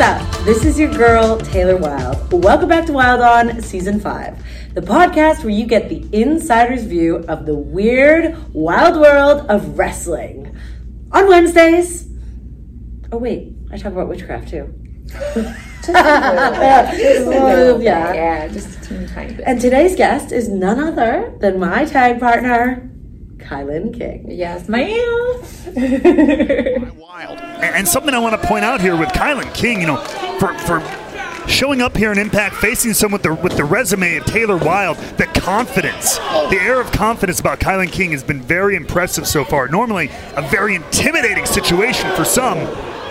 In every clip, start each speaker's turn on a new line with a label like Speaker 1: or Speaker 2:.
Speaker 1: up? This is your girl, Taylor Wild. Welcome back to Wild On Season 5, the podcast where you get the insider's view of the weird, wild world of wrestling. On Wednesdays. Oh, wait, I talk about witchcraft too.
Speaker 2: little
Speaker 1: yeah.
Speaker 2: bit, yeah, just a teeny tiny bit.
Speaker 1: And today's guest is none other than my tag partner, Kylan King.
Speaker 2: Yes, ma'am.
Speaker 3: wild. And something I want to point out here with Kylan King, you know, for for showing up here in Impact, facing someone with the with the resume of Taylor Wilde, the confidence, the air of confidence about Kylan King has been very impressive so far. Normally, a very intimidating situation for some.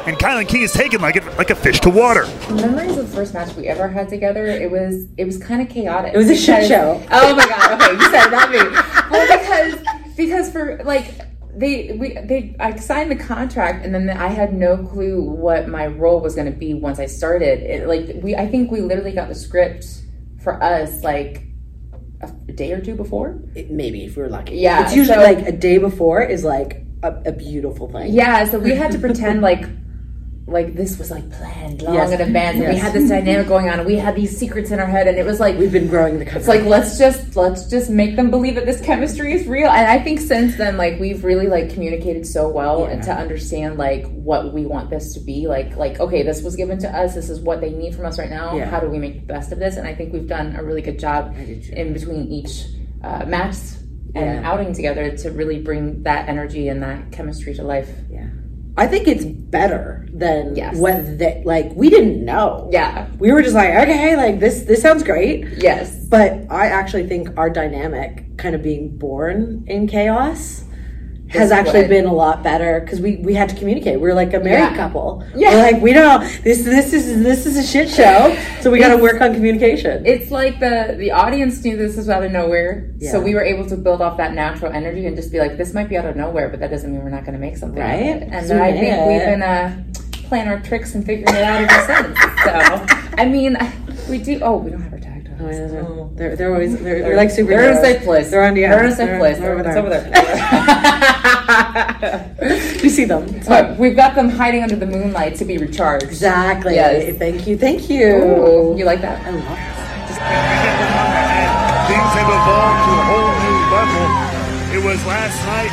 Speaker 3: And Kylan King is taken like a, like a fish to water.
Speaker 2: Memories of the first match we ever had together. It was it was kind of chaotic. It
Speaker 1: was a shit show.
Speaker 2: Oh my god. Okay, you said it, not me. Well, because because for like they we they I signed the contract and then I had no clue what my role was going to be once I started. It like we I think we literally got the script for us like a day or two before.
Speaker 1: It- Maybe, if we're lucky.
Speaker 2: Yeah,
Speaker 1: It's usually
Speaker 2: so-
Speaker 1: like a day before is like a, a beautiful thing.
Speaker 2: Yeah, so we had to pretend like like this was like planned long
Speaker 1: Yes.
Speaker 2: in advance, and we
Speaker 1: Yes.
Speaker 2: had this dynamic going on, and we had these secrets in our head, and it was like
Speaker 1: We've been growing the company.
Speaker 2: it's like let's just let's just make them believe that this chemistry is real. And I think since then, like we've really like communicated so well and to understand like what we want this to be. Like like okay, this was given to us. This is what they need from us right now.
Speaker 1: Yeah.
Speaker 2: How do we make the best of this? And I think we've done a really good job
Speaker 1: do too.
Speaker 2: in between each uh, match and
Speaker 1: Yeah.
Speaker 2: outing together to really bring that energy and that chemistry to life.
Speaker 1: Yeah. I think it's better than
Speaker 2: Yes.
Speaker 1: what they like we didn't know.
Speaker 2: Yeah.
Speaker 1: We were just like, okay, like this this sounds great.
Speaker 2: Yes.
Speaker 1: But I actually think our dynamic kind of being born in chaos has actually
Speaker 2: what-
Speaker 1: been a lot better because we, we had to communicate. We're like a married
Speaker 2: Yeah.
Speaker 1: couple.
Speaker 2: Yeah.
Speaker 1: We're like, we don't this this is this is a shit show. So we gotta work on communication.
Speaker 2: It's like the the audience knew this was out of nowhere, so
Speaker 1: Yeah.
Speaker 2: we were able to build off that natural energy and just be like, "This might be out of nowhere, but that doesn't mean we're not going to make something." out of
Speaker 1: Right?
Speaker 2: it." And
Speaker 1: So we
Speaker 2: I
Speaker 1: made
Speaker 2: think
Speaker 1: it.
Speaker 2: we've been uh, playing our tricks and figuring it out ever since. So, I mean, we do. Oh, we don't have our tag
Speaker 1: Oh, yeah,
Speaker 2: titles.
Speaker 1: they're, they're, they're always they're, they're like super.
Speaker 2: They're in a safe place.
Speaker 1: They're on the
Speaker 2: They're in a safe place.
Speaker 1: They're over
Speaker 2: It's
Speaker 1: there.
Speaker 2: over there.
Speaker 1: You see them. It's fine.
Speaker 2: but we've got them hiding under the moonlight to be recharged.
Speaker 1: Exactly.
Speaker 2: Yes.
Speaker 1: Thank you. Thank you.
Speaker 2: Ooh, you like that?
Speaker 3: Things have evolved to a whole new level. It was last night.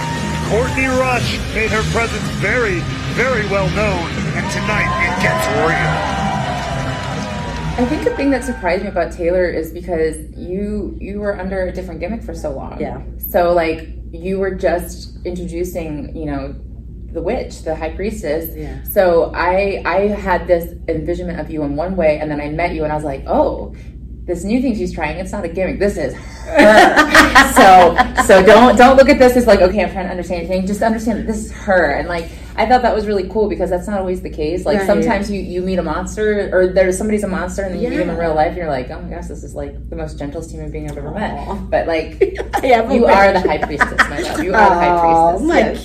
Speaker 3: Courtney Rush made her presence very, very well known. And tonight it gets real.
Speaker 2: I think the thing that surprised me about Taylor is because you you were under a different gimmick for so long.
Speaker 1: Yeah.
Speaker 2: So like you were just introducing, you know, the witch, the high priestess.
Speaker 1: Yeah.
Speaker 2: So I I had this envisionment of you in one way, and then I met you, and I was like, oh, this new thing she's trying, it's not a gimmick. This is her. so so don't don't look at this as like okay, I'm trying to understand anything. Just understand that this is her, and like I thought that was really cool because that's not always the case. Like
Speaker 1: Right.
Speaker 2: sometimes you you meet a monster or there's somebody's a monster, and then you meet them in
Speaker 1: Yeah.
Speaker 2: real life, and you're like, oh my gosh, this is like the most gentlest human being I've ever
Speaker 1: Aw.
Speaker 2: met. But like
Speaker 1: Yeah,
Speaker 2: you are the high priestess, my love. You are the high
Speaker 1: Oh,
Speaker 2: priestess.
Speaker 1: my
Speaker 2: yes.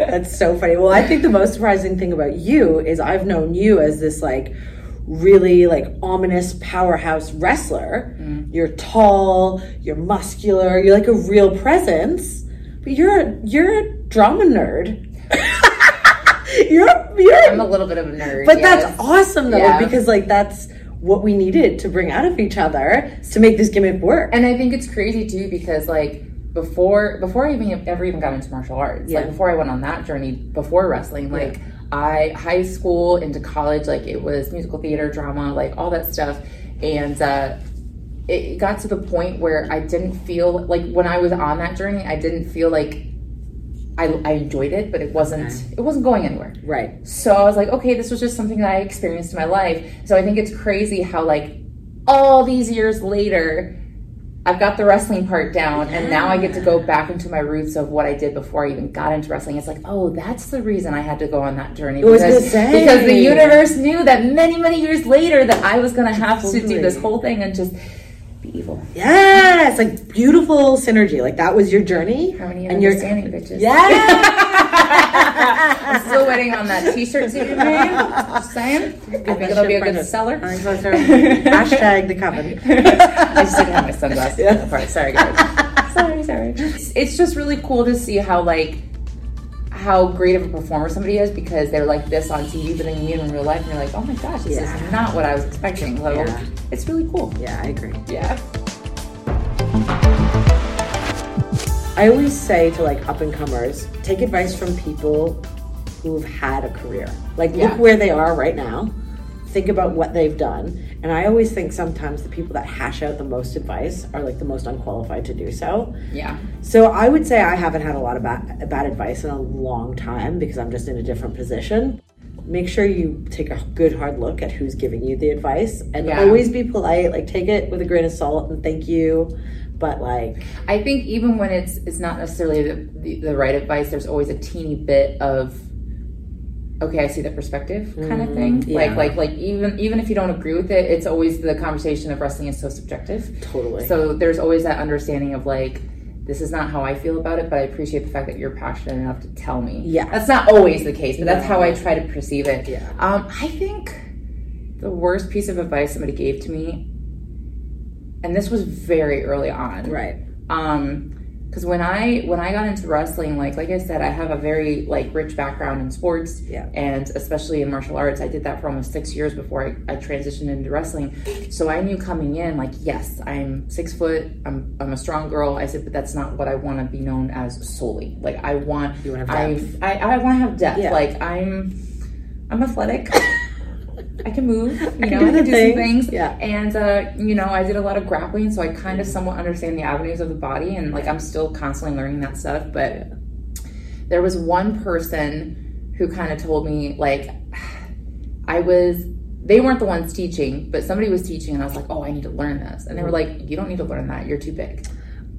Speaker 1: king. That's so funny. Well, I think the most surprising thing about you is I've known you as this like really like ominous powerhouse wrestler.
Speaker 2: Mm.
Speaker 1: You're tall, you're muscular, you're like a real presence, but you're you're a drama nerd. you're you're
Speaker 2: I'm a little bit of a nerd.
Speaker 1: But
Speaker 2: yes.
Speaker 1: that's awesome though,
Speaker 2: Yeah.
Speaker 1: because like that's what we needed to bring out of each other to make this gimmick work.
Speaker 2: And I think it's crazy too because like before before I even ever even got into martial arts,
Speaker 1: Yeah.
Speaker 2: like before I went on that journey before wrestling, like I high school into college, like it was musical theater, drama, like all that stuff, and uh, it got to the point where I didn't feel like when I was on that journey, I didn't feel like. I, I enjoyed it, but it wasn't it wasn't going anywhere.
Speaker 1: right.
Speaker 2: So I was like, okay, this was just something that I experienced in my life. So I think it's crazy how like all these years later, I've got the wrestling part down, and now I get to go back into my roots of what I did before I even got into wrestling. It's like, oh, that's the reason I had to go on that journey.
Speaker 1: was
Speaker 2: because,
Speaker 1: gonna say.
Speaker 2: because the universe knew that many, many years later that I was going to have to
Speaker 1: Totally.
Speaker 2: do this whole thing and just be evil.
Speaker 1: Yes, like beautiful synergy. Like that was your journey.
Speaker 2: Harmony and,
Speaker 1: and your
Speaker 2: understanding, bitches.
Speaker 1: Yeah.
Speaker 2: I'm still waiting on that T-shirt that you made. Just saying, I think it'll be a good seller.
Speaker 1: I'm so sorry. Hashtag the coven.
Speaker 2: I just didn't have my sunglasses on that part. Sorry, guys. sorry, sorry. It's, it's just really cool to see how like how great of a performer somebody is because they're like this on TV, but then you meet them in real life and you're like, oh my gosh, this
Speaker 1: Yeah.
Speaker 2: is not what I was expecting. So
Speaker 1: Yeah.
Speaker 2: it's really cool.
Speaker 1: Yeah, I agree.
Speaker 2: Yeah.
Speaker 1: I always say to like up and comers, take advice from people who've had a career. Like
Speaker 2: Yeah.
Speaker 1: look where they are right now. Think about what they've done. And I always think sometimes the people that hash out the most advice are like the most unqualified to do so.
Speaker 2: Yeah.
Speaker 1: So I would say I haven't had a lot of bad, bad advice in a long time because I'm just in a different position. Make sure you take a good hard look at who's giving you the advice and
Speaker 2: Yeah.
Speaker 1: always be polite. Like take it with a grain of salt and thank you. But like
Speaker 2: I think even when it's it's not necessarily the, the, the right advice, there's always a teeny bit of okay, I see that perspective kind of thing. Like
Speaker 1: Mm-hmm. yeah.
Speaker 2: like like even even if you don't agree with it, it's always the conversation of wrestling is so subjective.
Speaker 1: totally.
Speaker 2: So there's always that understanding of like this is not how I feel about it, but I appreciate the fact that you're passionate enough to tell me.
Speaker 1: Yeah.
Speaker 2: That's not always the case, but that's how I try to perceive it.
Speaker 1: Yeah.
Speaker 2: Um, I think the worst piece of advice somebody gave to me, and this was very early on
Speaker 1: right.
Speaker 2: um because when i when i got into wrestling like like i said i have a very like rich background in sports
Speaker 1: Yeah.
Speaker 2: and especially in martial arts i did that for almost six years before I, I transitioned into wrestling so i knew coming in like yes i'm six foot i'm i'm a strong girl i said but that's not what i want to be known as solely like i want
Speaker 1: You wanna have
Speaker 2: I, I i want to have depth
Speaker 1: Yeah.
Speaker 2: like i'm i'm athletic I can move, you know,
Speaker 1: do
Speaker 2: I
Speaker 1: the
Speaker 2: can do
Speaker 1: things.
Speaker 2: some things.
Speaker 1: Yeah. Mm.
Speaker 2: And, uh, you know, I did a lot of grappling, so I kind of somewhat understand the avenues of the body, and like I'm still constantly learning that stuff. But there was one person who kind of told me, like, I was, they weren't the ones teaching, but somebody was teaching, and I was like, oh, I need to learn this. And they were like, you don't need to learn that, you're too big.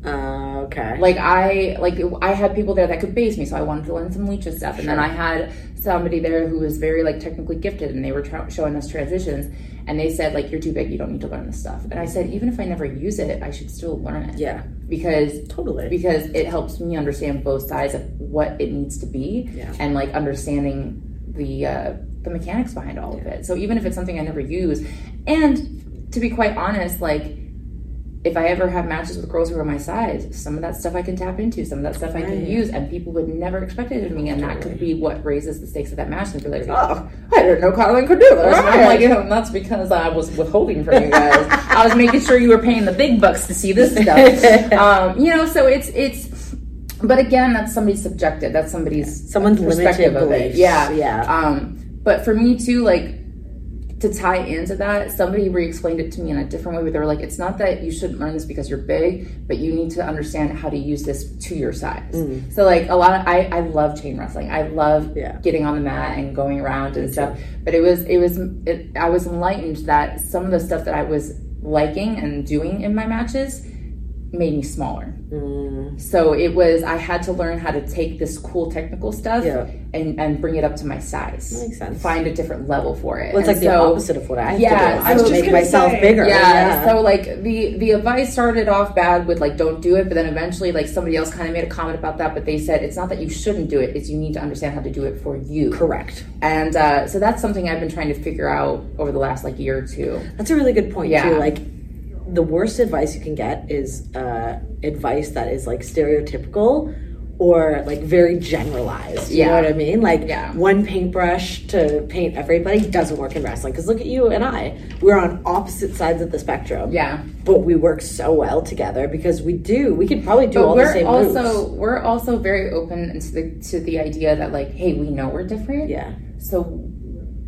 Speaker 1: Uh, okay.
Speaker 2: Like I like I had people there that could base me, so I wanted to learn some leecha stuff, and then I had somebody there who was very like technically gifted, and they were tra- showing us transitions, and they said like you're too big, you don't need to learn this stuff, and I said even if I never use it, I should still learn it,
Speaker 1: yeah,
Speaker 2: because
Speaker 1: totally.
Speaker 2: because it helps me understand both sides of what it needs to be,
Speaker 1: Yeah.
Speaker 2: and like understanding the uh, the mechanics behind all of it. So even if it's something I never use, and to be quite honest, like if I ever have matches with girls who are my size, some of that stuff I can tap into, some of that stuff I can
Speaker 1: Right.
Speaker 2: use, and people would never expect it of me, and that could be what raises the stakes of that match. And be like, oh, I didn't know Carlin could do this. And I'm like, "Yeah, and that's because I was withholding from you guys. I was making sure you were paying the big bucks to see this stuff. um, you know, so it's it's. But again, that's somebody's subjective. That's somebody's
Speaker 1: Someone's
Speaker 2: perspective
Speaker 1: limited
Speaker 2: of
Speaker 1: beliefs.
Speaker 2: it. Yeah,
Speaker 1: yeah.
Speaker 2: um, but for me too, like to tie into that, somebody re-explained it to me in a different way. Where they were like, "It's not that you shouldn't learn this because you're big, but you need to understand how to use this to your size." So like a lot, of, I I love chain wrestling. I love
Speaker 1: Mm-hmm. Yeah.
Speaker 2: getting on the mat and going around and stuff. But it was it was it, I was enlightened that some of the stuff that I was liking and doing in my matches made me smaller.
Speaker 1: Mm.
Speaker 2: So it was I had to learn how to take this cool technical stuff
Speaker 1: Yeah.
Speaker 2: and and bring it up to my size.
Speaker 1: Makes sense.
Speaker 2: Find a different level for it.
Speaker 1: Well, it's like
Speaker 2: And
Speaker 1: the
Speaker 2: so-
Speaker 1: opposite of what I have
Speaker 2: Yeah,
Speaker 1: to do.
Speaker 2: I
Speaker 1: I
Speaker 2: was
Speaker 1: have to
Speaker 2: just
Speaker 1: make
Speaker 4: gonna
Speaker 1: myself
Speaker 4: say.
Speaker 1: bigger.
Speaker 2: Yeah, So like the the advice started off bad with like don't do it, but then eventually like somebody else kind of made a comment about that, but they said it's not that you shouldn't do it; it's you need to understand how to do it for you.
Speaker 1: correct.
Speaker 2: And uh, so that's something I've been trying to figure out over the last like year or two.
Speaker 1: That's a really good point
Speaker 2: Yeah.
Speaker 1: too. Like the worst advice you can get is uh, advice that is like stereotypical or like very generalized. You know
Speaker 2: Yeah.
Speaker 1: what I mean? Like
Speaker 2: Yeah.
Speaker 1: one paintbrush to paint everybody doesn't work in wrestling. Because look at you and I, we're on opposite sides of the spectrum.
Speaker 2: Yeah.
Speaker 1: but we work so well together because we do. We could probably do all the
Speaker 2: we're
Speaker 1: same
Speaker 2: also
Speaker 1: moves.
Speaker 2: we're also very open to the to the idea that like hey we know we're different
Speaker 1: Yeah,
Speaker 2: so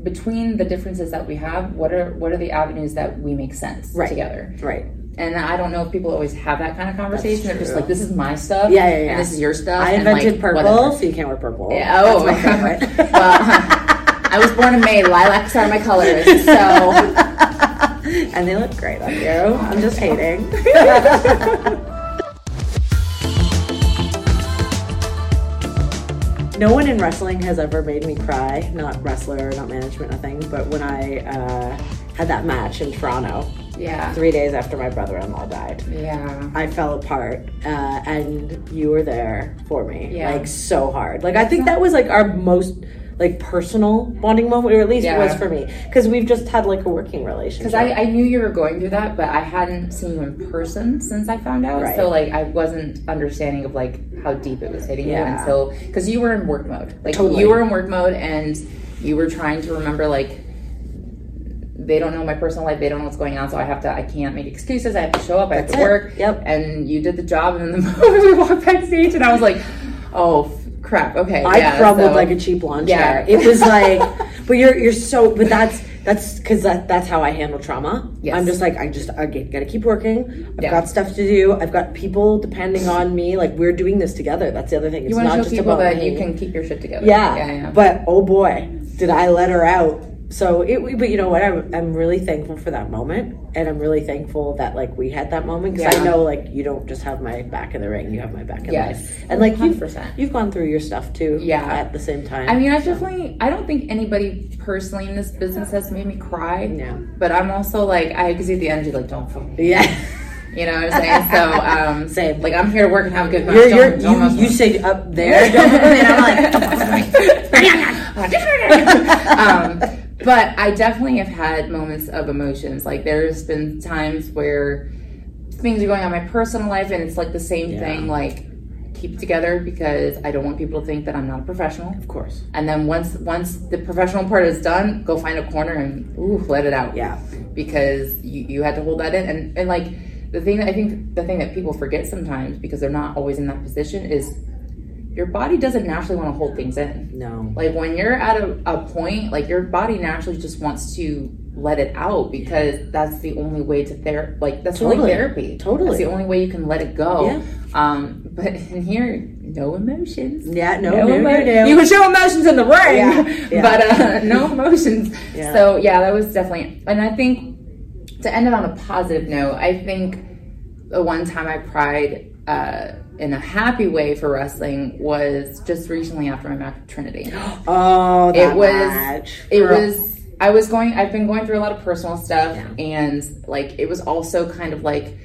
Speaker 2: between the differences that we have what are what are the avenues that we make sense
Speaker 1: Right.
Speaker 2: together
Speaker 1: right.
Speaker 2: and i don't know if people always have that kind of conversation they're just like this is my stuff
Speaker 1: Yeah, yeah, yeah.
Speaker 2: and this is your stuff
Speaker 1: I
Speaker 2: and, like,
Speaker 1: invented purple,
Speaker 2: whatever.
Speaker 1: so you can't wear purple.
Speaker 2: Yeah, oh
Speaker 1: That's my favorite.
Speaker 2: well, i was born in may lilacs are my colors so
Speaker 1: and they look great on you. I'm just hating. no one in wrestling has ever made me cry. Not wrestler, not management, nothing. But when I uh, had that match in Toronto,
Speaker 2: yeah
Speaker 1: three days after my brother-in-law died.
Speaker 2: yeah
Speaker 1: I fell apart, uh, and you were there for me,
Speaker 2: Yeah.
Speaker 1: like so hard. Like I think that was like our most like personal bonding moment, or at least
Speaker 2: Yeah.
Speaker 1: it was for me, because we've just had like a working relationship.
Speaker 2: Because I, I knew you were going through that, but I hadn't seen you in person since I found out.
Speaker 1: Right.
Speaker 2: So like I wasn't understanding of like how deep it was hitting you,
Speaker 1: Yeah.
Speaker 2: and so because you were in work mode, like
Speaker 1: Totally.
Speaker 2: you were in work mode, and you were trying to remember like they don't know my personal life, they don't know what's going on, so I have to I can't make excuses. I have to show up, I have
Speaker 1: That's
Speaker 2: to
Speaker 1: it.
Speaker 2: work.
Speaker 1: Yep.
Speaker 2: And you did the job, and then the moment we walked backstage, and I was like, oh f- crap, okay.
Speaker 1: I
Speaker 2: yeah,
Speaker 1: crumbled
Speaker 2: so-
Speaker 1: like a cheap lawn chair.
Speaker 2: Yeah.
Speaker 1: It was like, but you're you're so, but that's that's because that, that's how I handle trauma.
Speaker 2: Yes.
Speaker 1: I'm just like I just I get, gotta keep working. I've
Speaker 2: Yeah.
Speaker 1: got stuff to do. I've got people depending on me. Like we're doing this together. That's the other thing. It's
Speaker 2: You want
Speaker 1: not
Speaker 2: to show
Speaker 1: just
Speaker 2: people
Speaker 1: about
Speaker 2: that
Speaker 1: me.
Speaker 2: you can keep your shit together.
Speaker 1: Yeah.
Speaker 2: yeah, yeah.
Speaker 1: But oh boy, did I let her out. So it, but you know what? I'm, I'm really thankful for that moment, and I'm really thankful that like we had that moment because I
Speaker 2: Yeah.
Speaker 1: know like you don't just have my back in the ring, you have my back in
Speaker 2: Yes.
Speaker 1: life, and like you,
Speaker 2: 100%.
Speaker 1: have you've gone through your stuff too.
Speaker 2: Yeah.
Speaker 1: At the same time,
Speaker 2: I mean, I definitely, I don't think anybody personally in this business has made me cry.
Speaker 1: No.
Speaker 2: But I'm also like, I exude the energy, like, don't fuck me.
Speaker 1: yeah.
Speaker 2: You know what I'm saying? So, um,
Speaker 1: Same.
Speaker 2: Like, I'm here to work and have a good time.
Speaker 1: You're,
Speaker 2: Don't-
Speaker 1: you're,
Speaker 2: don't mess
Speaker 1: you, you
Speaker 2: with
Speaker 1: say up there, don't move it, and I'm like,
Speaker 2: um, but I definitely have had moments of emotions. Like there's been times where things are going on in my personal life, and it's like the same thing. Like keep it together because I don't want people to think that I'm not a professional.
Speaker 1: of course,
Speaker 2: And then once once the professional part is done, go find a corner and ooh, let it out.
Speaker 1: Yeah.
Speaker 2: Because you, you had to hold that in and, and like the thing that I think the thing that people forget sometimes because they're not always in that position is your body doesn't naturally want to hold things in.
Speaker 1: no,
Speaker 2: Like when you're at a, a point, like your body naturally just wants to let it out because that's the only way to therapy. Like that's the
Speaker 1: Totally.
Speaker 2: only therapy.
Speaker 1: Totally.
Speaker 2: That's the only way you can let it go.
Speaker 1: Yeah.
Speaker 2: Um, but in here, no emotions.
Speaker 1: yeah, no, no, no,
Speaker 2: emo-
Speaker 1: no.
Speaker 2: You can show emotions in the ring,
Speaker 1: Yeah, yeah.
Speaker 2: but uh, no emotions.
Speaker 1: Yeah.
Speaker 2: So yeah, that was definitely. And I think to end it on a positive note, I think the one time I cried uh, in a happy way for wrestling was just recently after my match with Trinity.
Speaker 1: oh, that
Speaker 2: it was
Speaker 1: match.
Speaker 2: it
Speaker 1: Girl.
Speaker 2: was i was going i've been going through a lot of personal stuff and like it was also kind of like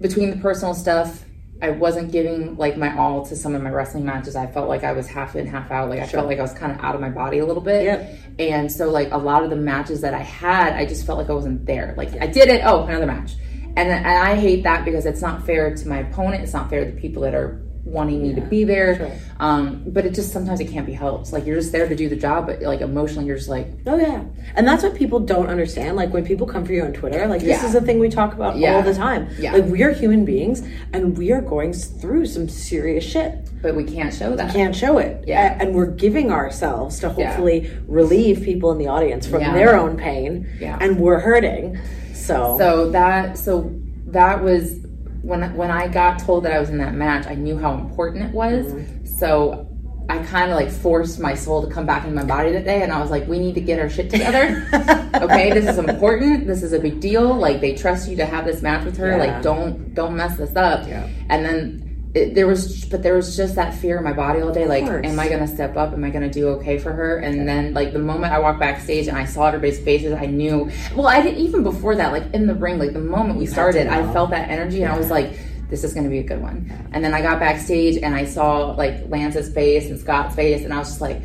Speaker 2: between the personal stuff i wasn't giving like my all to some of my wrestling matches i felt like i was half in half out like i felt like i was kind of out of my body a little bit
Speaker 1: Yep.
Speaker 2: and so like a lot of the matches that i had i just felt like i wasn't there like i did it oh another match and, and i hate that because it's not fair to my opponent it's not fair to the people that are wanting me to be there um, but it just sometimes it can't be helped like you're just there to do the job but like emotionally you're just like
Speaker 1: Oh yeah, and that's what people don't understand. Like when people come for you on Twitter, like this
Speaker 2: Yeah.
Speaker 1: is a thing we talk about
Speaker 2: Yeah.
Speaker 1: all the time.
Speaker 2: Yeah.
Speaker 1: Like we are human beings, and we are going s- through some serious shit.
Speaker 2: but we can't show that
Speaker 1: Can't show it.
Speaker 2: Yeah.
Speaker 1: A- and we're giving ourselves to
Speaker 2: Yeah.
Speaker 1: hopefully relieve people in the audience from
Speaker 2: Yeah.
Speaker 1: their own pain.
Speaker 2: Yeah.
Speaker 1: and we're hurting. So,
Speaker 2: so that so that was when when I got told that I was in that match, I knew how important it was.
Speaker 1: Mm-hmm.
Speaker 2: So I kind of like forced my soul to come back in my body that day, and I was like, "We need to get our shit together. okay, this is important. This is a big deal. Like they trust you to have this match with her.
Speaker 1: Yeah.
Speaker 2: Like don't don't mess this up."
Speaker 1: Yeah.
Speaker 2: And then it, there was, but there was just that fear in my body all day. Like,
Speaker 1: course.
Speaker 2: am I gonna step up? Am I gonna do okay for her? And then like the moment I walked backstage and I saw everybody's faces, I knew. Well, I didn't even before that. Like in the ring, like the moment we started, I felt that energy and I was like, this is gonna be a good one. And then I got backstage and I saw like Lance's face and Scott's face, and I was just like.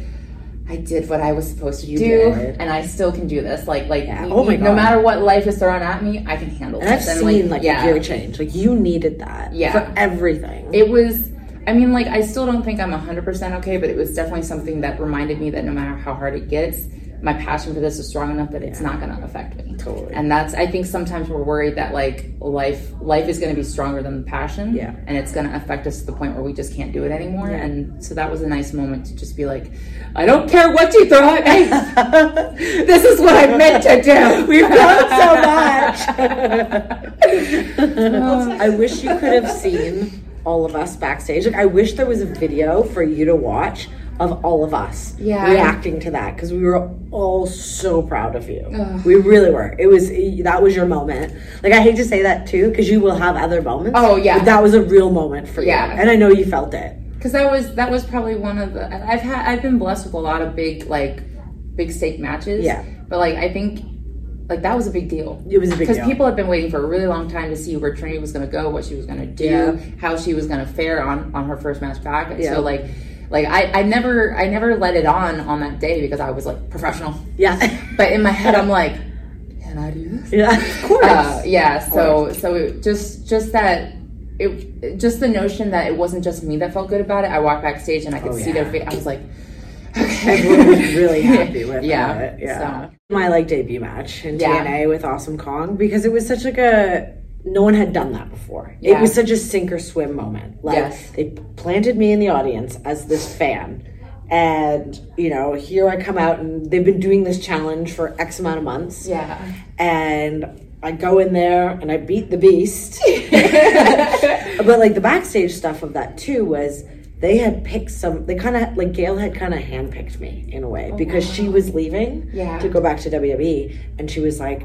Speaker 2: I did what I was supposed to do,
Speaker 1: did.
Speaker 2: and I still can do this. Like, like,
Speaker 1: Yeah.
Speaker 2: you-
Speaker 1: Oh my
Speaker 2: you- no
Speaker 1: God.
Speaker 2: matter what life is thrown at me, I can handle
Speaker 1: and I've
Speaker 2: this.
Speaker 1: seen like, your change. Like you needed that
Speaker 2: Yeah.
Speaker 1: for everything.
Speaker 2: it was i mean like i still don't think i'm 100% okay but it was definitely something that reminded me that no matter how hard it gets my passion for this is strong enough that it's not going to affect me
Speaker 1: Totally.
Speaker 2: and that's i think sometimes we're worried that like life life is going to be stronger than the passion
Speaker 1: Yeah.
Speaker 2: and it's going to affect us to the point where we just can't do it anymore and so that was a nice moment to just be like i don't care what you throw at me this is what i meant to do
Speaker 1: We've grown so much. I wish you could have seen all of us backstage. Like, I wish there was a video for you to watch of all of us
Speaker 2: Yeah.
Speaker 1: reacting to that because we were all so proud of you. We really were. It was that was your moment. Like I hate to say that too because you will have other moments.
Speaker 2: Oh, yeah.
Speaker 1: but that was a real moment for
Speaker 2: Yeah.
Speaker 1: you, and I know you felt it.
Speaker 2: because that was that was probably one of the and I've had I've been blessed with a lot of big like big stake matches.
Speaker 1: Yeah.
Speaker 2: but like I think like that was a big deal.
Speaker 1: It was a big
Speaker 2: because
Speaker 1: deal.
Speaker 2: people have been waiting for a really long time to see where Trinity was going to go, what she was going to do,
Speaker 1: Yeah.
Speaker 2: how she was going to fare on on her first match back, and
Speaker 1: Yeah.
Speaker 2: so like. Like I, I never I never let it on on that day because I was like professional.
Speaker 1: Yeah.
Speaker 2: But in my head I'm like, can I do this?
Speaker 1: yeah. Of course.
Speaker 2: Uh, yeah. So so it, just just that it just the notion that it wasn't just me that felt good about it. I walked backstage and I could
Speaker 1: Oh,
Speaker 2: see
Speaker 1: yeah.
Speaker 2: their face. I was like,
Speaker 1: Everyone was really happy with
Speaker 2: Yeah,
Speaker 1: it. Yeah.
Speaker 2: so.
Speaker 1: My like debut match in
Speaker 2: Yeah.
Speaker 1: TNA with Awesome Kong because it was such like a no one had done that before. It
Speaker 2: Yeah.
Speaker 1: was such a sink or swim moment. Like
Speaker 2: Yes.
Speaker 1: they planted me in the audience as this fan. And you know, here I come out and they've been doing this challenge for X amount of months.
Speaker 2: yeah,
Speaker 1: and I go in there and I beat the beast. but like the backstage stuff of that too was they had picked some they kind of like gail had kind of handpicked me in a way because she was leaving
Speaker 2: Oh, Yeah.
Speaker 1: to go back to wwe and she was like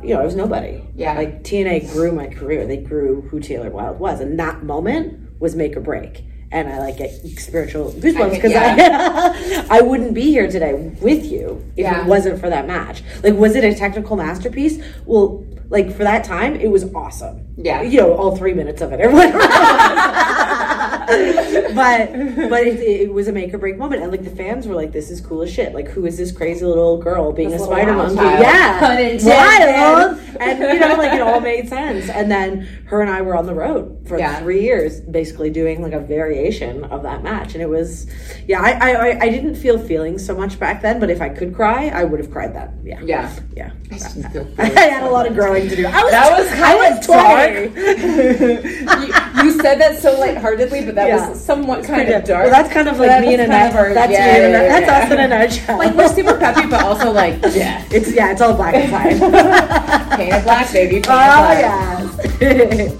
Speaker 1: you know i was nobody
Speaker 2: Yeah.
Speaker 1: like tna grew my career they grew who taylor wild was and that moment was make or break and i like get spiritual goosebumps
Speaker 2: get-
Speaker 1: because
Speaker 2: yeah.
Speaker 1: I, I wouldn't be here today with you if
Speaker 2: Yeah.
Speaker 1: it wasn't for that match like was it a technical masterpiece well like for that time it was awesome
Speaker 2: Yeah.
Speaker 1: you know all three minutes of it everyone but but it, it was a make or break moment, and like the fans were like, "This is cool as shit. Like, who is this crazy little girl being
Speaker 2: This
Speaker 1: a
Speaker 2: little
Speaker 1: spider
Speaker 2: wild
Speaker 1: monkey?
Speaker 2: child.
Speaker 1: Yeah,
Speaker 2: Pun intended.
Speaker 1: wild." And you know, like it all made sense. And then her and I were on the road for
Speaker 2: Yeah.
Speaker 1: three years, basically doing like a variation of that match, and it was, yeah, I I, I- I didn't feel feelings so much back then, but if I could cry, I would have cried then. Yeah,
Speaker 2: yeah.
Speaker 1: yeah.
Speaker 2: I just feel
Speaker 1: I
Speaker 2: bad.
Speaker 1: had a lot of growing to do. I was
Speaker 2: That was
Speaker 1: I was
Speaker 2: kinda
Speaker 1: twenty.
Speaker 2: you, you said that so lightheartedly, but that
Speaker 1: Yeah.
Speaker 2: was somewhat kind
Speaker 1: Yeah.
Speaker 2: of dark.
Speaker 1: Well, that's kind of like
Speaker 2: That
Speaker 1: me
Speaker 2: was
Speaker 1: in a
Speaker 2: kind of
Speaker 1: nutshell.
Speaker 2: our-
Speaker 1: That's
Speaker 2: yeah,
Speaker 1: me in a
Speaker 2: yeah,
Speaker 1: nut-
Speaker 2: yeah,
Speaker 1: That's
Speaker 2: yeah.
Speaker 1: us in a nutshell.
Speaker 2: like we're super peppy, but also like yeah,
Speaker 1: It's yeah, it's all black and white. oh
Speaker 2: paint it black, baby. Paint it black.
Speaker 1: yes.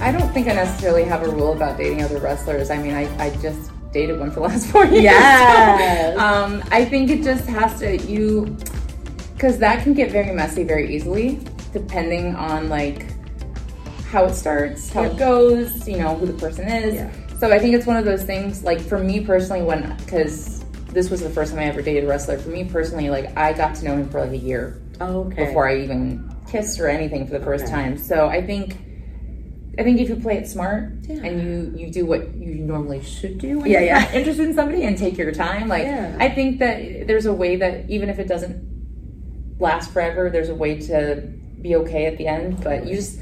Speaker 2: I don't think I necessarily have a rule about dating other wrestlers. I mean, I, I just dated one for the last four years.
Speaker 1: Yes.
Speaker 2: um, I think it just has to you, because that can get very messy very easily, depending on like how it starts, how it goes, you know, who the person is.
Speaker 1: Yeah.
Speaker 2: So I think it's one of those things. Like for me personally, when because this was the first time I ever dated a wrestler. For me personally, like I got to know him for like a year
Speaker 1: okay.
Speaker 2: before I even kissed or anything for the first
Speaker 1: Okay.
Speaker 2: time. So I think I think if you play it smart
Speaker 1: Yeah.
Speaker 2: and you you do what you normally should do when
Speaker 1: Yeah,
Speaker 2: you're
Speaker 1: yeah.
Speaker 2: not interested in somebody and take your time, like
Speaker 1: Yeah.
Speaker 2: I think that there's a way that even if it doesn't last forever, there's a way to be okay at the end. But you just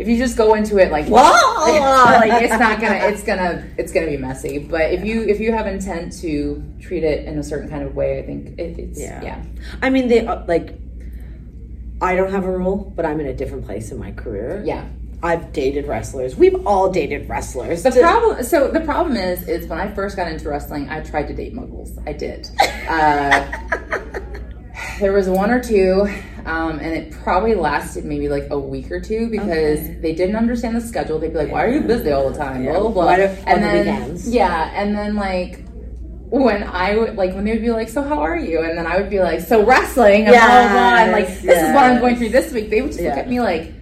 Speaker 2: if you just go into it like like it's not gonna it's gonna it's gonna be messy. But if you if you have intent to treat it in a certain kind of way, I think it, it's
Speaker 1: Yeah.
Speaker 2: yeah.
Speaker 1: I mean, they uh, like. I don't have a rule, but I'm in a different place in my career.
Speaker 2: yeah.
Speaker 1: I've dated wrestlers. We've all dated wrestlers.
Speaker 2: The problem, so the problem is, is when I first got into wrestling, I tried to date muggles. I did. Uh, there was one or two, um, and it probably lasted maybe like a week or two because they didn't understand the schedule. They'd be like, "Why are you busy all the time?" Blah blah blah.
Speaker 1: Why do- on
Speaker 2: and
Speaker 1: the
Speaker 2: then
Speaker 1: weekends?
Speaker 2: yeah, and then like when I would like when they would be like, "So how are you?" and then I would be like, "So wrestling." And blah blah. blah. And like
Speaker 1: Yes,
Speaker 2: this is what I'm
Speaker 1: yes.
Speaker 2: going through this week. They would just look
Speaker 1: Yeah.
Speaker 2: at me like,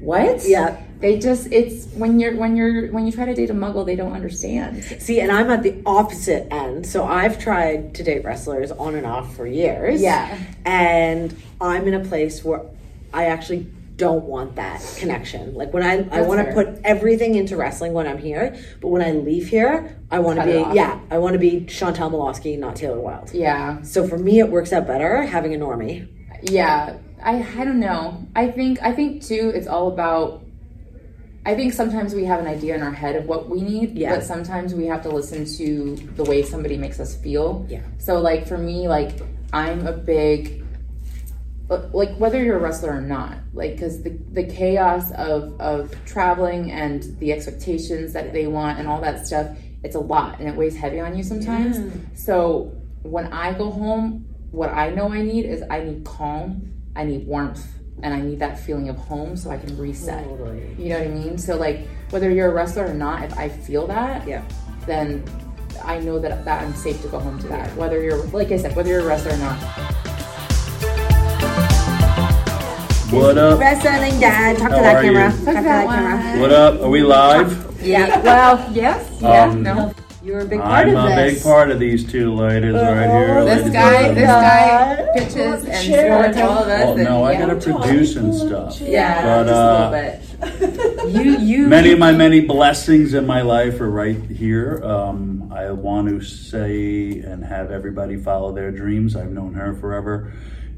Speaker 2: "What?"
Speaker 1: Yeah.
Speaker 2: They just it's when you're when you're when you try to date a muggle, they don't understand.
Speaker 1: See, and I'm at the opposite end. So I've tried to date wrestlers on and off for years.
Speaker 2: Yeah.
Speaker 1: And I'm in a place where I actually don't want that connection. Like when I I
Speaker 2: That's
Speaker 1: want to
Speaker 2: fair.
Speaker 1: put everything into wrestling when I'm here, but when I leave here, I want to
Speaker 2: Cut it off.
Speaker 1: be yeah, I want to be Chantal Malofsky, not Taylor Wilde.
Speaker 2: Yeah,
Speaker 1: So for me, it works out better having a normie.
Speaker 2: yeah. I I don't know. I think I think too. It's all about. I think sometimes we have an idea in our head of what we need,
Speaker 1: Yeah.
Speaker 2: but sometimes we have to listen to the way somebody makes us feel.
Speaker 1: Yeah.
Speaker 2: So like for me, like I'm a big uh, like whether you're a wrestler or not like because the, the chaos of of traveling and the expectations that they want and all that stuff it's a lot and it weighs heavy on you sometimes so when i go home what i know i need is i need calm i need warmth and i need that feeling of home so i can reset you know what i mean so like whether you're a wrestler or not if i feel that
Speaker 1: Yeah.
Speaker 2: then I know that, that I'm safe to go home to that. Whether you're, like I said, whether you're a wrestler or not.
Speaker 4: What up?
Speaker 1: Wrestling dad, talk
Speaker 4: How
Speaker 1: to that
Speaker 4: are you?
Speaker 1: camera.
Speaker 4: Talk
Speaker 1: Talk to that camera.
Speaker 4: What up? Are we live?
Speaker 1: Yeah.
Speaker 2: Well, yes, yeah,
Speaker 4: Um,
Speaker 2: no.
Speaker 1: You're a big part
Speaker 4: I'm
Speaker 1: of
Speaker 4: a
Speaker 1: this.
Speaker 4: big part of these two ladies right here.
Speaker 2: This
Speaker 4: ladies
Speaker 2: guy,
Speaker 4: and
Speaker 2: this
Speaker 4: gentlemen.
Speaker 2: guy pitches and
Speaker 1: Sure.
Speaker 2: snorts all of us.
Speaker 4: Well,
Speaker 2: and,
Speaker 4: Oh, no, I
Speaker 2: yeah.
Speaker 4: gotta produce and stuff.
Speaker 2: Yeah,
Speaker 4: But,
Speaker 2: just
Speaker 4: uh,
Speaker 2: a little bit.
Speaker 1: You, you.
Speaker 4: Many of my many blessings in my life are right here. Um, I want to say and have everybody follow their dreams. I've known her forever,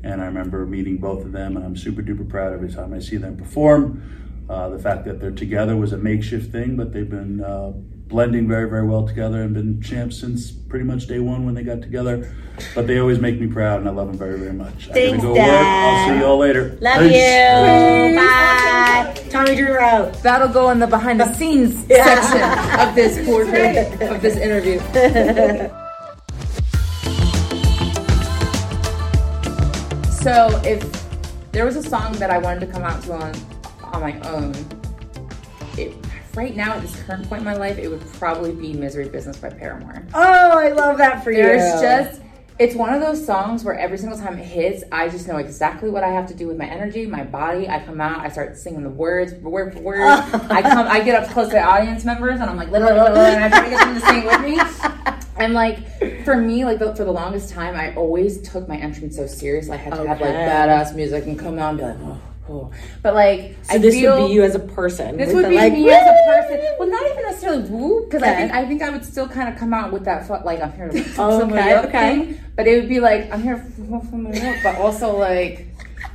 Speaker 4: and I remember meeting both of them, and I'm super duper proud every time I see them perform. Uh, the fact that they're together was a makeshift thing, but they've been uh, blending very, very well together and been champs since pretty much day one when they got together. But they always make me proud, and I love them very, very much. I'm
Speaker 1: Thanks,
Speaker 4: gonna go work.
Speaker 1: Dad.
Speaker 4: I'll see you all later.
Speaker 1: Love
Speaker 4: Peace.
Speaker 1: you. Bye. Tommy Dreamer out.
Speaker 2: That'll go in the behind the scenes section of this portrait of this interview. so if there was a song that I wanted to come out to on on my own, it, right now at this current point in my life, it would probably be "Misery Business" by Paramore.
Speaker 1: Oh, I love that for you.
Speaker 2: There's just it's one of those songs where every single time it hits, I just know exactly what I have to do with my energy, my body. I come out, I start singing the words, word for word. I come, I get up close to audience members, and I'm like, "Blah, blah, blah, blah," and I try to get them to sing with me. And like for me, like the, for the longest time, I always took my entrance so serious. I had to have like
Speaker 1: Okay.
Speaker 2: badass music and come out and be like, oh, oh. but like
Speaker 1: So
Speaker 2: I
Speaker 1: this
Speaker 2: feel,
Speaker 1: would be you as a person.
Speaker 2: this
Speaker 1: with
Speaker 2: would
Speaker 1: the,
Speaker 2: be
Speaker 1: like,
Speaker 2: me as a
Speaker 1: woo!
Speaker 2: person. Well, not even necessarily woo, because I
Speaker 1: Okay.
Speaker 2: think I think I would still kind of come out with that fuck like I'm here to fuck
Speaker 1: Oh, Okay,
Speaker 2: somebody up
Speaker 1: okay.
Speaker 2: thing. But it would be like I'm here to fuck somebody up, but also like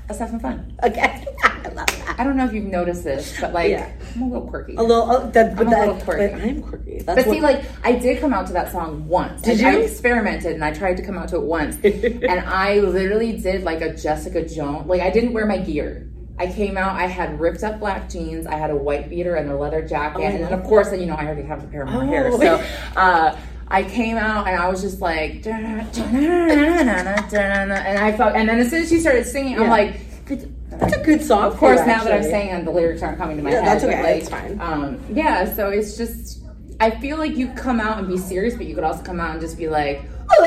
Speaker 2: let's have some fun.
Speaker 1: Okay. I love that.
Speaker 2: I don't know if you've noticed this, but like
Speaker 1: Yeah.
Speaker 2: I'm a little quirky.
Speaker 1: A little, oh, that, but
Speaker 2: I'm a
Speaker 1: that,
Speaker 2: little quirky.
Speaker 1: But I'm quirky. That's
Speaker 2: But
Speaker 1: what,
Speaker 2: see, like I did come out to that song once.
Speaker 1: Did
Speaker 2: I, I
Speaker 1: you?
Speaker 2: experimented and I tried to come out to it once, and I literally did like a Jessica Jones. Like I didn't wear my gear. I came out. I had ripped up black jeans. I had a white beater and a leather jacket,
Speaker 1: I
Speaker 2: and then
Speaker 1: love
Speaker 2: of course, you know, I already have a pair of my
Speaker 1: Oh.
Speaker 2: hair. So uh, I came out and I was just like, "Da-na, da-na, da-na, da-na, da-na," and I felt. And then as soon as she started singing, I'm
Speaker 1: Yeah.
Speaker 2: like, "Good-
Speaker 1: that's a good song.
Speaker 2: of course, now that I'm saying it, the lyrics aren't coming to my
Speaker 1: Yeah,
Speaker 2: head.
Speaker 1: that's okay,
Speaker 2: but, like,
Speaker 1: it's fine.
Speaker 2: Um, yeah, so it's just, I feel like you come out and be serious, but you could also come out and just be like,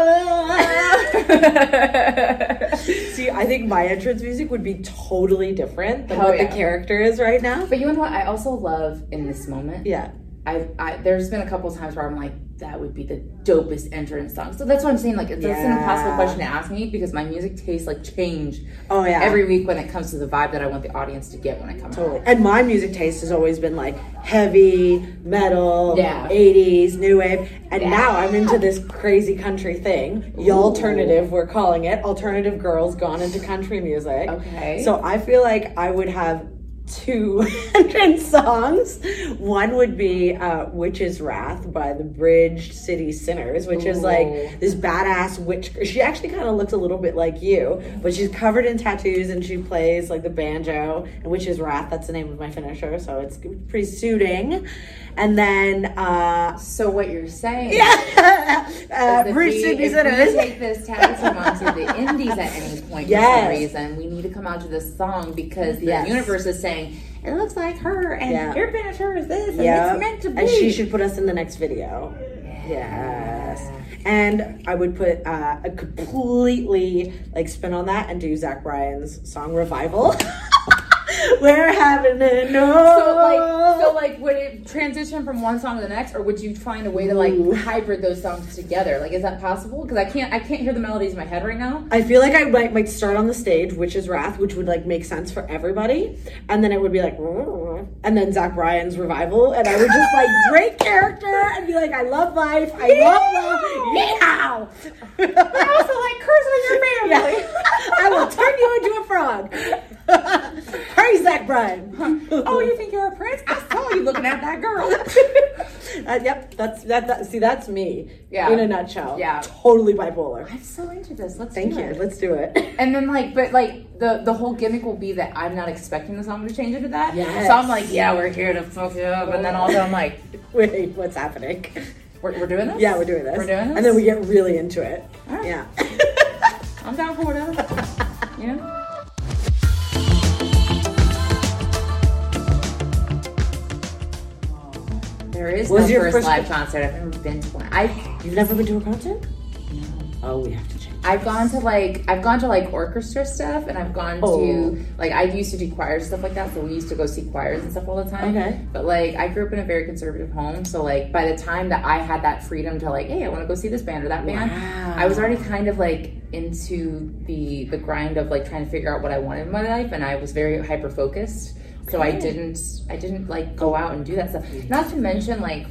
Speaker 1: See, I think my entrance music would be totally different than
Speaker 2: Oh,
Speaker 1: what
Speaker 2: yeah.
Speaker 1: the character is right now.
Speaker 2: but you know what? I also love in this moment.
Speaker 1: Yeah.
Speaker 2: I, I there's been a couple times where I'm like, that would be the dopest entrance song. So that's what I'm saying. Like, it's that's an
Speaker 1: Yeah.
Speaker 2: impossible question to ask me because my music tastes like change.
Speaker 1: Oh, yeah.
Speaker 2: Every week when it comes to the vibe that I want the audience to get when I come out.
Speaker 1: Totally. And my music taste has always been like heavy, metal,
Speaker 2: Yeah.
Speaker 1: 80s, new wave. And now I'm into this crazy country thing. The alternative, we're calling it. Alternative girls gone into country music.
Speaker 2: Okay.
Speaker 1: So I feel like I would have two entrance songs. One would be uh, Witch's Wrath by the Bridged City Sinners, which is
Speaker 2: Ooh.
Speaker 1: like this badass witch. She actually kind of looks a little bit like you, but she's covered in tattoos and she plays like the banjo, and which is Wrath. That's the name of my finisher, so it's pretty suiting. And then, uh,
Speaker 2: So what you're saying
Speaker 1: uh,
Speaker 2: If
Speaker 1: Bridge
Speaker 2: we-
Speaker 1: City
Speaker 2: if
Speaker 1: Sinners.
Speaker 2: we take this tag team onto the indies at any point for
Speaker 1: Yes.
Speaker 2: some reason, we need to come out to this song because the
Speaker 1: Yes.
Speaker 2: universe is saying it looks like her, and
Speaker 1: Yeah.
Speaker 2: your finisher is this, and
Speaker 1: Yeah,
Speaker 2: it's meant to be.
Speaker 1: and she should put us in the next video. Yes. And I would put uh, a completely like spin on that and do Zach Bryan's song revival. We're having a no.
Speaker 2: So like, so like, would it transition from one song to the next, or would you find a way to like hybrid those songs together? Like, is that possible? Because I can't, I can't hear the melodies in my head right now.
Speaker 1: I feel like I might might start on the stage, which is Wrath, which would like make sense for everybody, and then it would be like, and then Zach Bryan's revival, and I would just like great character and be like, I love life, I love love, yeah. I also like curse on your family. I will turn you into a frog. Hurry, Zach Bryan.
Speaker 2: Oh, you think you're a prince? I saw you looking at that girl.
Speaker 1: Uh, yep, that's that, that. See, that's me.
Speaker 2: Yeah.
Speaker 1: In a nutshell.
Speaker 2: Yeah.
Speaker 1: Totally bipolar.
Speaker 2: I'm so into this. Let's
Speaker 1: Thank
Speaker 2: do
Speaker 1: you.
Speaker 2: it.
Speaker 1: Let's do it.
Speaker 2: And then like, but like the the whole gimmick will be that I'm not expecting the song to change into that.
Speaker 1: Yes.
Speaker 2: So I'm like, yeah, we're here to fuck you up, and then also I'm like,
Speaker 1: Wait, what's happening?
Speaker 2: we're, we're doing this.
Speaker 1: Yeah, we're doing this.
Speaker 2: We're doing this.
Speaker 1: And then we get really into it.
Speaker 2: All right.
Speaker 1: Yeah.
Speaker 2: I'm down for whatever. you know. There is
Speaker 1: What was
Speaker 2: no
Speaker 1: your
Speaker 2: first,
Speaker 1: first-
Speaker 2: live concert I've ever been to. One. I
Speaker 1: You've never been to a concert? Oh, we have to change.
Speaker 2: I've gone to like I've gone to like orchestra stuff and I've gone
Speaker 1: Oh.
Speaker 2: to like I used to do choir stuff like that, so we used to go see choirs and stuff all the time.
Speaker 1: Okay.
Speaker 2: But like I grew up in a very conservative home, so like by the time that I had that freedom to like, hey, I want to go see this band or that band,
Speaker 1: Wow.
Speaker 2: I was already kind of like into the the grind of like trying to figure out what I wanted in my life, and I was very hyper focused. So I didn't I didn't like go out and do that stuff. Not to mention like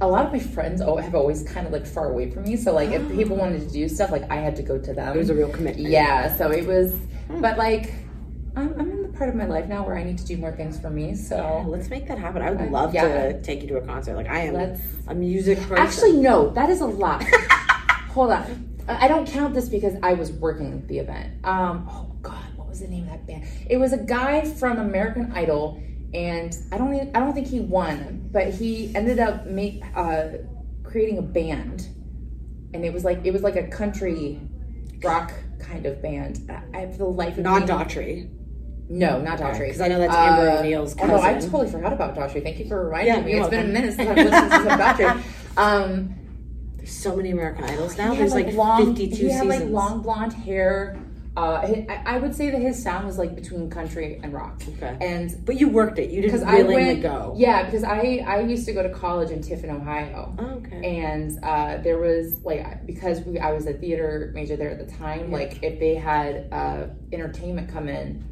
Speaker 2: a lot of my friends al- have always kind of lived far away from me. So like if people wanted to do stuff, like I had to go to them.
Speaker 1: It was a real commitment.
Speaker 2: Yeah, so it was, but like, I'm, I'm in the part of my life now where I need to do more things for me. So
Speaker 1: Let's make that happen. I would love
Speaker 2: yeah.
Speaker 1: to take you to a concert. Like I am
Speaker 2: Let's-
Speaker 1: a music person.
Speaker 2: actually, no, that is a lot. Hold on, I I don't count this because I was working the event. Um, oh God, what was the name of that band? It was a guy from American Idol, and I don't even, I don't think he won, but he ended up make uh, creating a band, and it was like it was like a country rock kind of band. I, I for the life of
Speaker 1: not
Speaker 2: me-
Speaker 1: Daughtry.
Speaker 2: No, not Daughtry.
Speaker 1: Mm, 'cause I know that's Amber
Speaker 2: Uh,
Speaker 1: O'Neill's
Speaker 2: Oh, I
Speaker 1: cousin.
Speaker 2: totally forgot about Daughtry. Thank you for reminding
Speaker 1: Yeah,
Speaker 2: me.
Speaker 1: you're
Speaker 2: It's been
Speaker 1: welcome.
Speaker 2: a minute since I've listened to some Daughtry. Um,
Speaker 1: There's so many American Idols now.
Speaker 2: he had
Speaker 1: There's
Speaker 2: like,
Speaker 1: like,
Speaker 2: long,
Speaker 1: 52
Speaker 2: he had
Speaker 1: seasons.
Speaker 2: like long blonde hair. Uh, hi- I, I would say that his sound was like between country and rock.
Speaker 1: Okay.
Speaker 2: And
Speaker 1: but you worked it. You
Speaker 2: because
Speaker 1: didn't
Speaker 2: I
Speaker 1: willingly
Speaker 2: went,
Speaker 1: go.
Speaker 2: yeah, because I I used to go to college in Tiffin, Ohio.
Speaker 1: Oh, okay.
Speaker 2: And uh, there was like because we, I was a theater major there at the time. Like if they had uh, entertainment come in,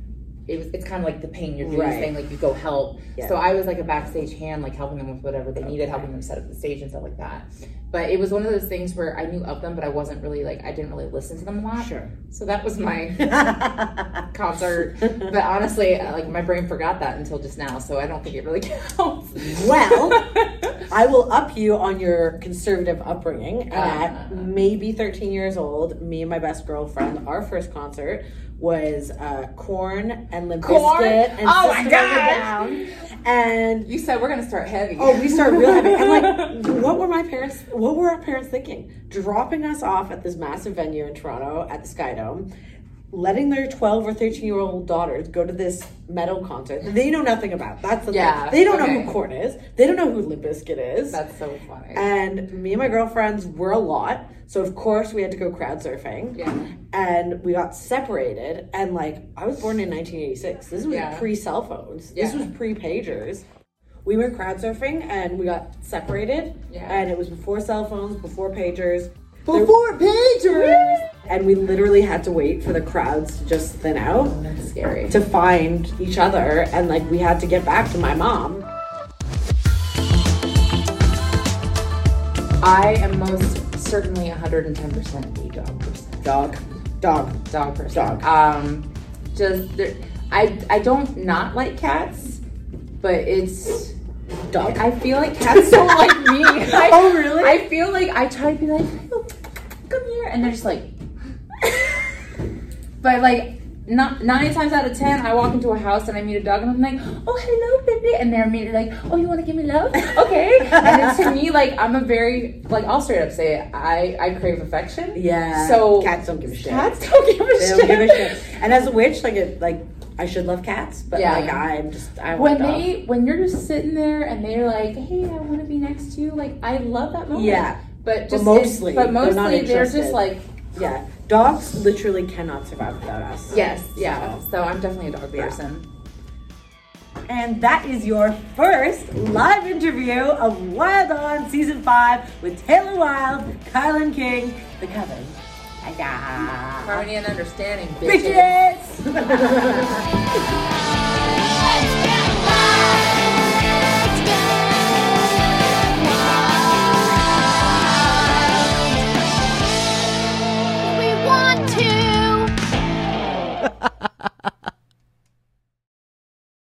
Speaker 2: it was it's kind of like the pain you're doing
Speaker 1: Right.
Speaker 2: thing. Like you go help.
Speaker 1: Yeah.
Speaker 2: So I was like a backstage hand, like helping them with whatever they needed, helping them set up the stage and stuff like that. But it was one of those things where I knew of them, but I wasn't really like I didn't really listen to them a lot.
Speaker 1: Sure.
Speaker 2: So that was my concert. But honestly, uh, like my brain forgot that until just now, so I don't think it really counts.
Speaker 1: Well, I will up you on your conservative upbringing. And at maybe 13 years old, me and my best girlfriend, our first concert was uh, Corn and Limp
Speaker 2: Korn?
Speaker 1: Bizkit and
Speaker 2: Oh my
Speaker 1: System of a
Speaker 2: gosh.
Speaker 1: Down. And
Speaker 2: you said we're gonna start heavy.
Speaker 1: oh, we started real heavy. And like, what were my parents? What were our parents thinking? Dropping us off at this massive venue in Toronto at the Sky Dome. Letting their 12 or 13 year old daughters go to this metal concert that they know nothing about. That's the
Speaker 2: Yeah,
Speaker 1: thing. They don't know
Speaker 2: okay.
Speaker 1: who Corn is. They don't know who Limp Bizkit is.
Speaker 2: That's so funny.
Speaker 1: And me and my girlfriends were a lot. So of course we had to go crowd surfing.
Speaker 2: Yeah.
Speaker 1: And we got separated and like I was born in 1986. This was
Speaker 2: Yeah.
Speaker 1: pre cell phones. This
Speaker 2: Yeah.
Speaker 1: was pre pagers. We were crowd surfing and we got separated.
Speaker 2: Yeah.
Speaker 1: And it was before cell phones, before pagers.
Speaker 2: Before pagers.
Speaker 1: And we literally had to wait for the crowds to just thin out
Speaker 2: That's scary.
Speaker 1: to find each other and like we had to get back to my mom.
Speaker 2: I am most certainly 110% a dog person.
Speaker 1: Dog. Dog.
Speaker 2: Dog person.
Speaker 1: Dog.
Speaker 2: Um, just there, I I don't not like cats, but it's
Speaker 1: Dog.
Speaker 2: I feel like cats don't like me. I,
Speaker 1: Oh, really?
Speaker 2: I feel like I try to be like, "Oh, come here, and they're just like. but like, not, nine times out of ten, I walk into a house and I meet a dog, and I'm like, oh hello, baby, and they're immediately like, oh you want to give me love? Okay. and it's to me like I'm a very like I'll straight up say it, I I crave affection.
Speaker 1: Yeah.
Speaker 2: So
Speaker 1: cats don't give a shit.
Speaker 2: Cats don't give a
Speaker 1: They
Speaker 2: shit.
Speaker 1: don't give a shit. And as a witch, like it, like I should love cats, but
Speaker 2: Yeah.
Speaker 1: like I'm just I want
Speaker 2: when
Speaker 1: a dog.
Speaker 2: they when you're just sitting there and they're like, "Hey, I want to be next to you," like I love that moment.
Speaker 1: Yeah.
Speaker 2: but just
Speaker 1: mostly,
Speaker 2: but
Speaker 1: they're not
Speaker 2: mostly they're,
Speaker 1: interested.
Speaker 2: just like,
Speaker 1: yeah, dogs literally cannot survive without us.
Speaker 2: yes, yeah. So I'm definitely a dog person.
Speaker 1: And that is your first live interview of Wild On Season Five with Taylor Wild, Kylan King, the Coven.
Speaker 2: Harmony and understanding, bitches.
Speaker 1: Bitches.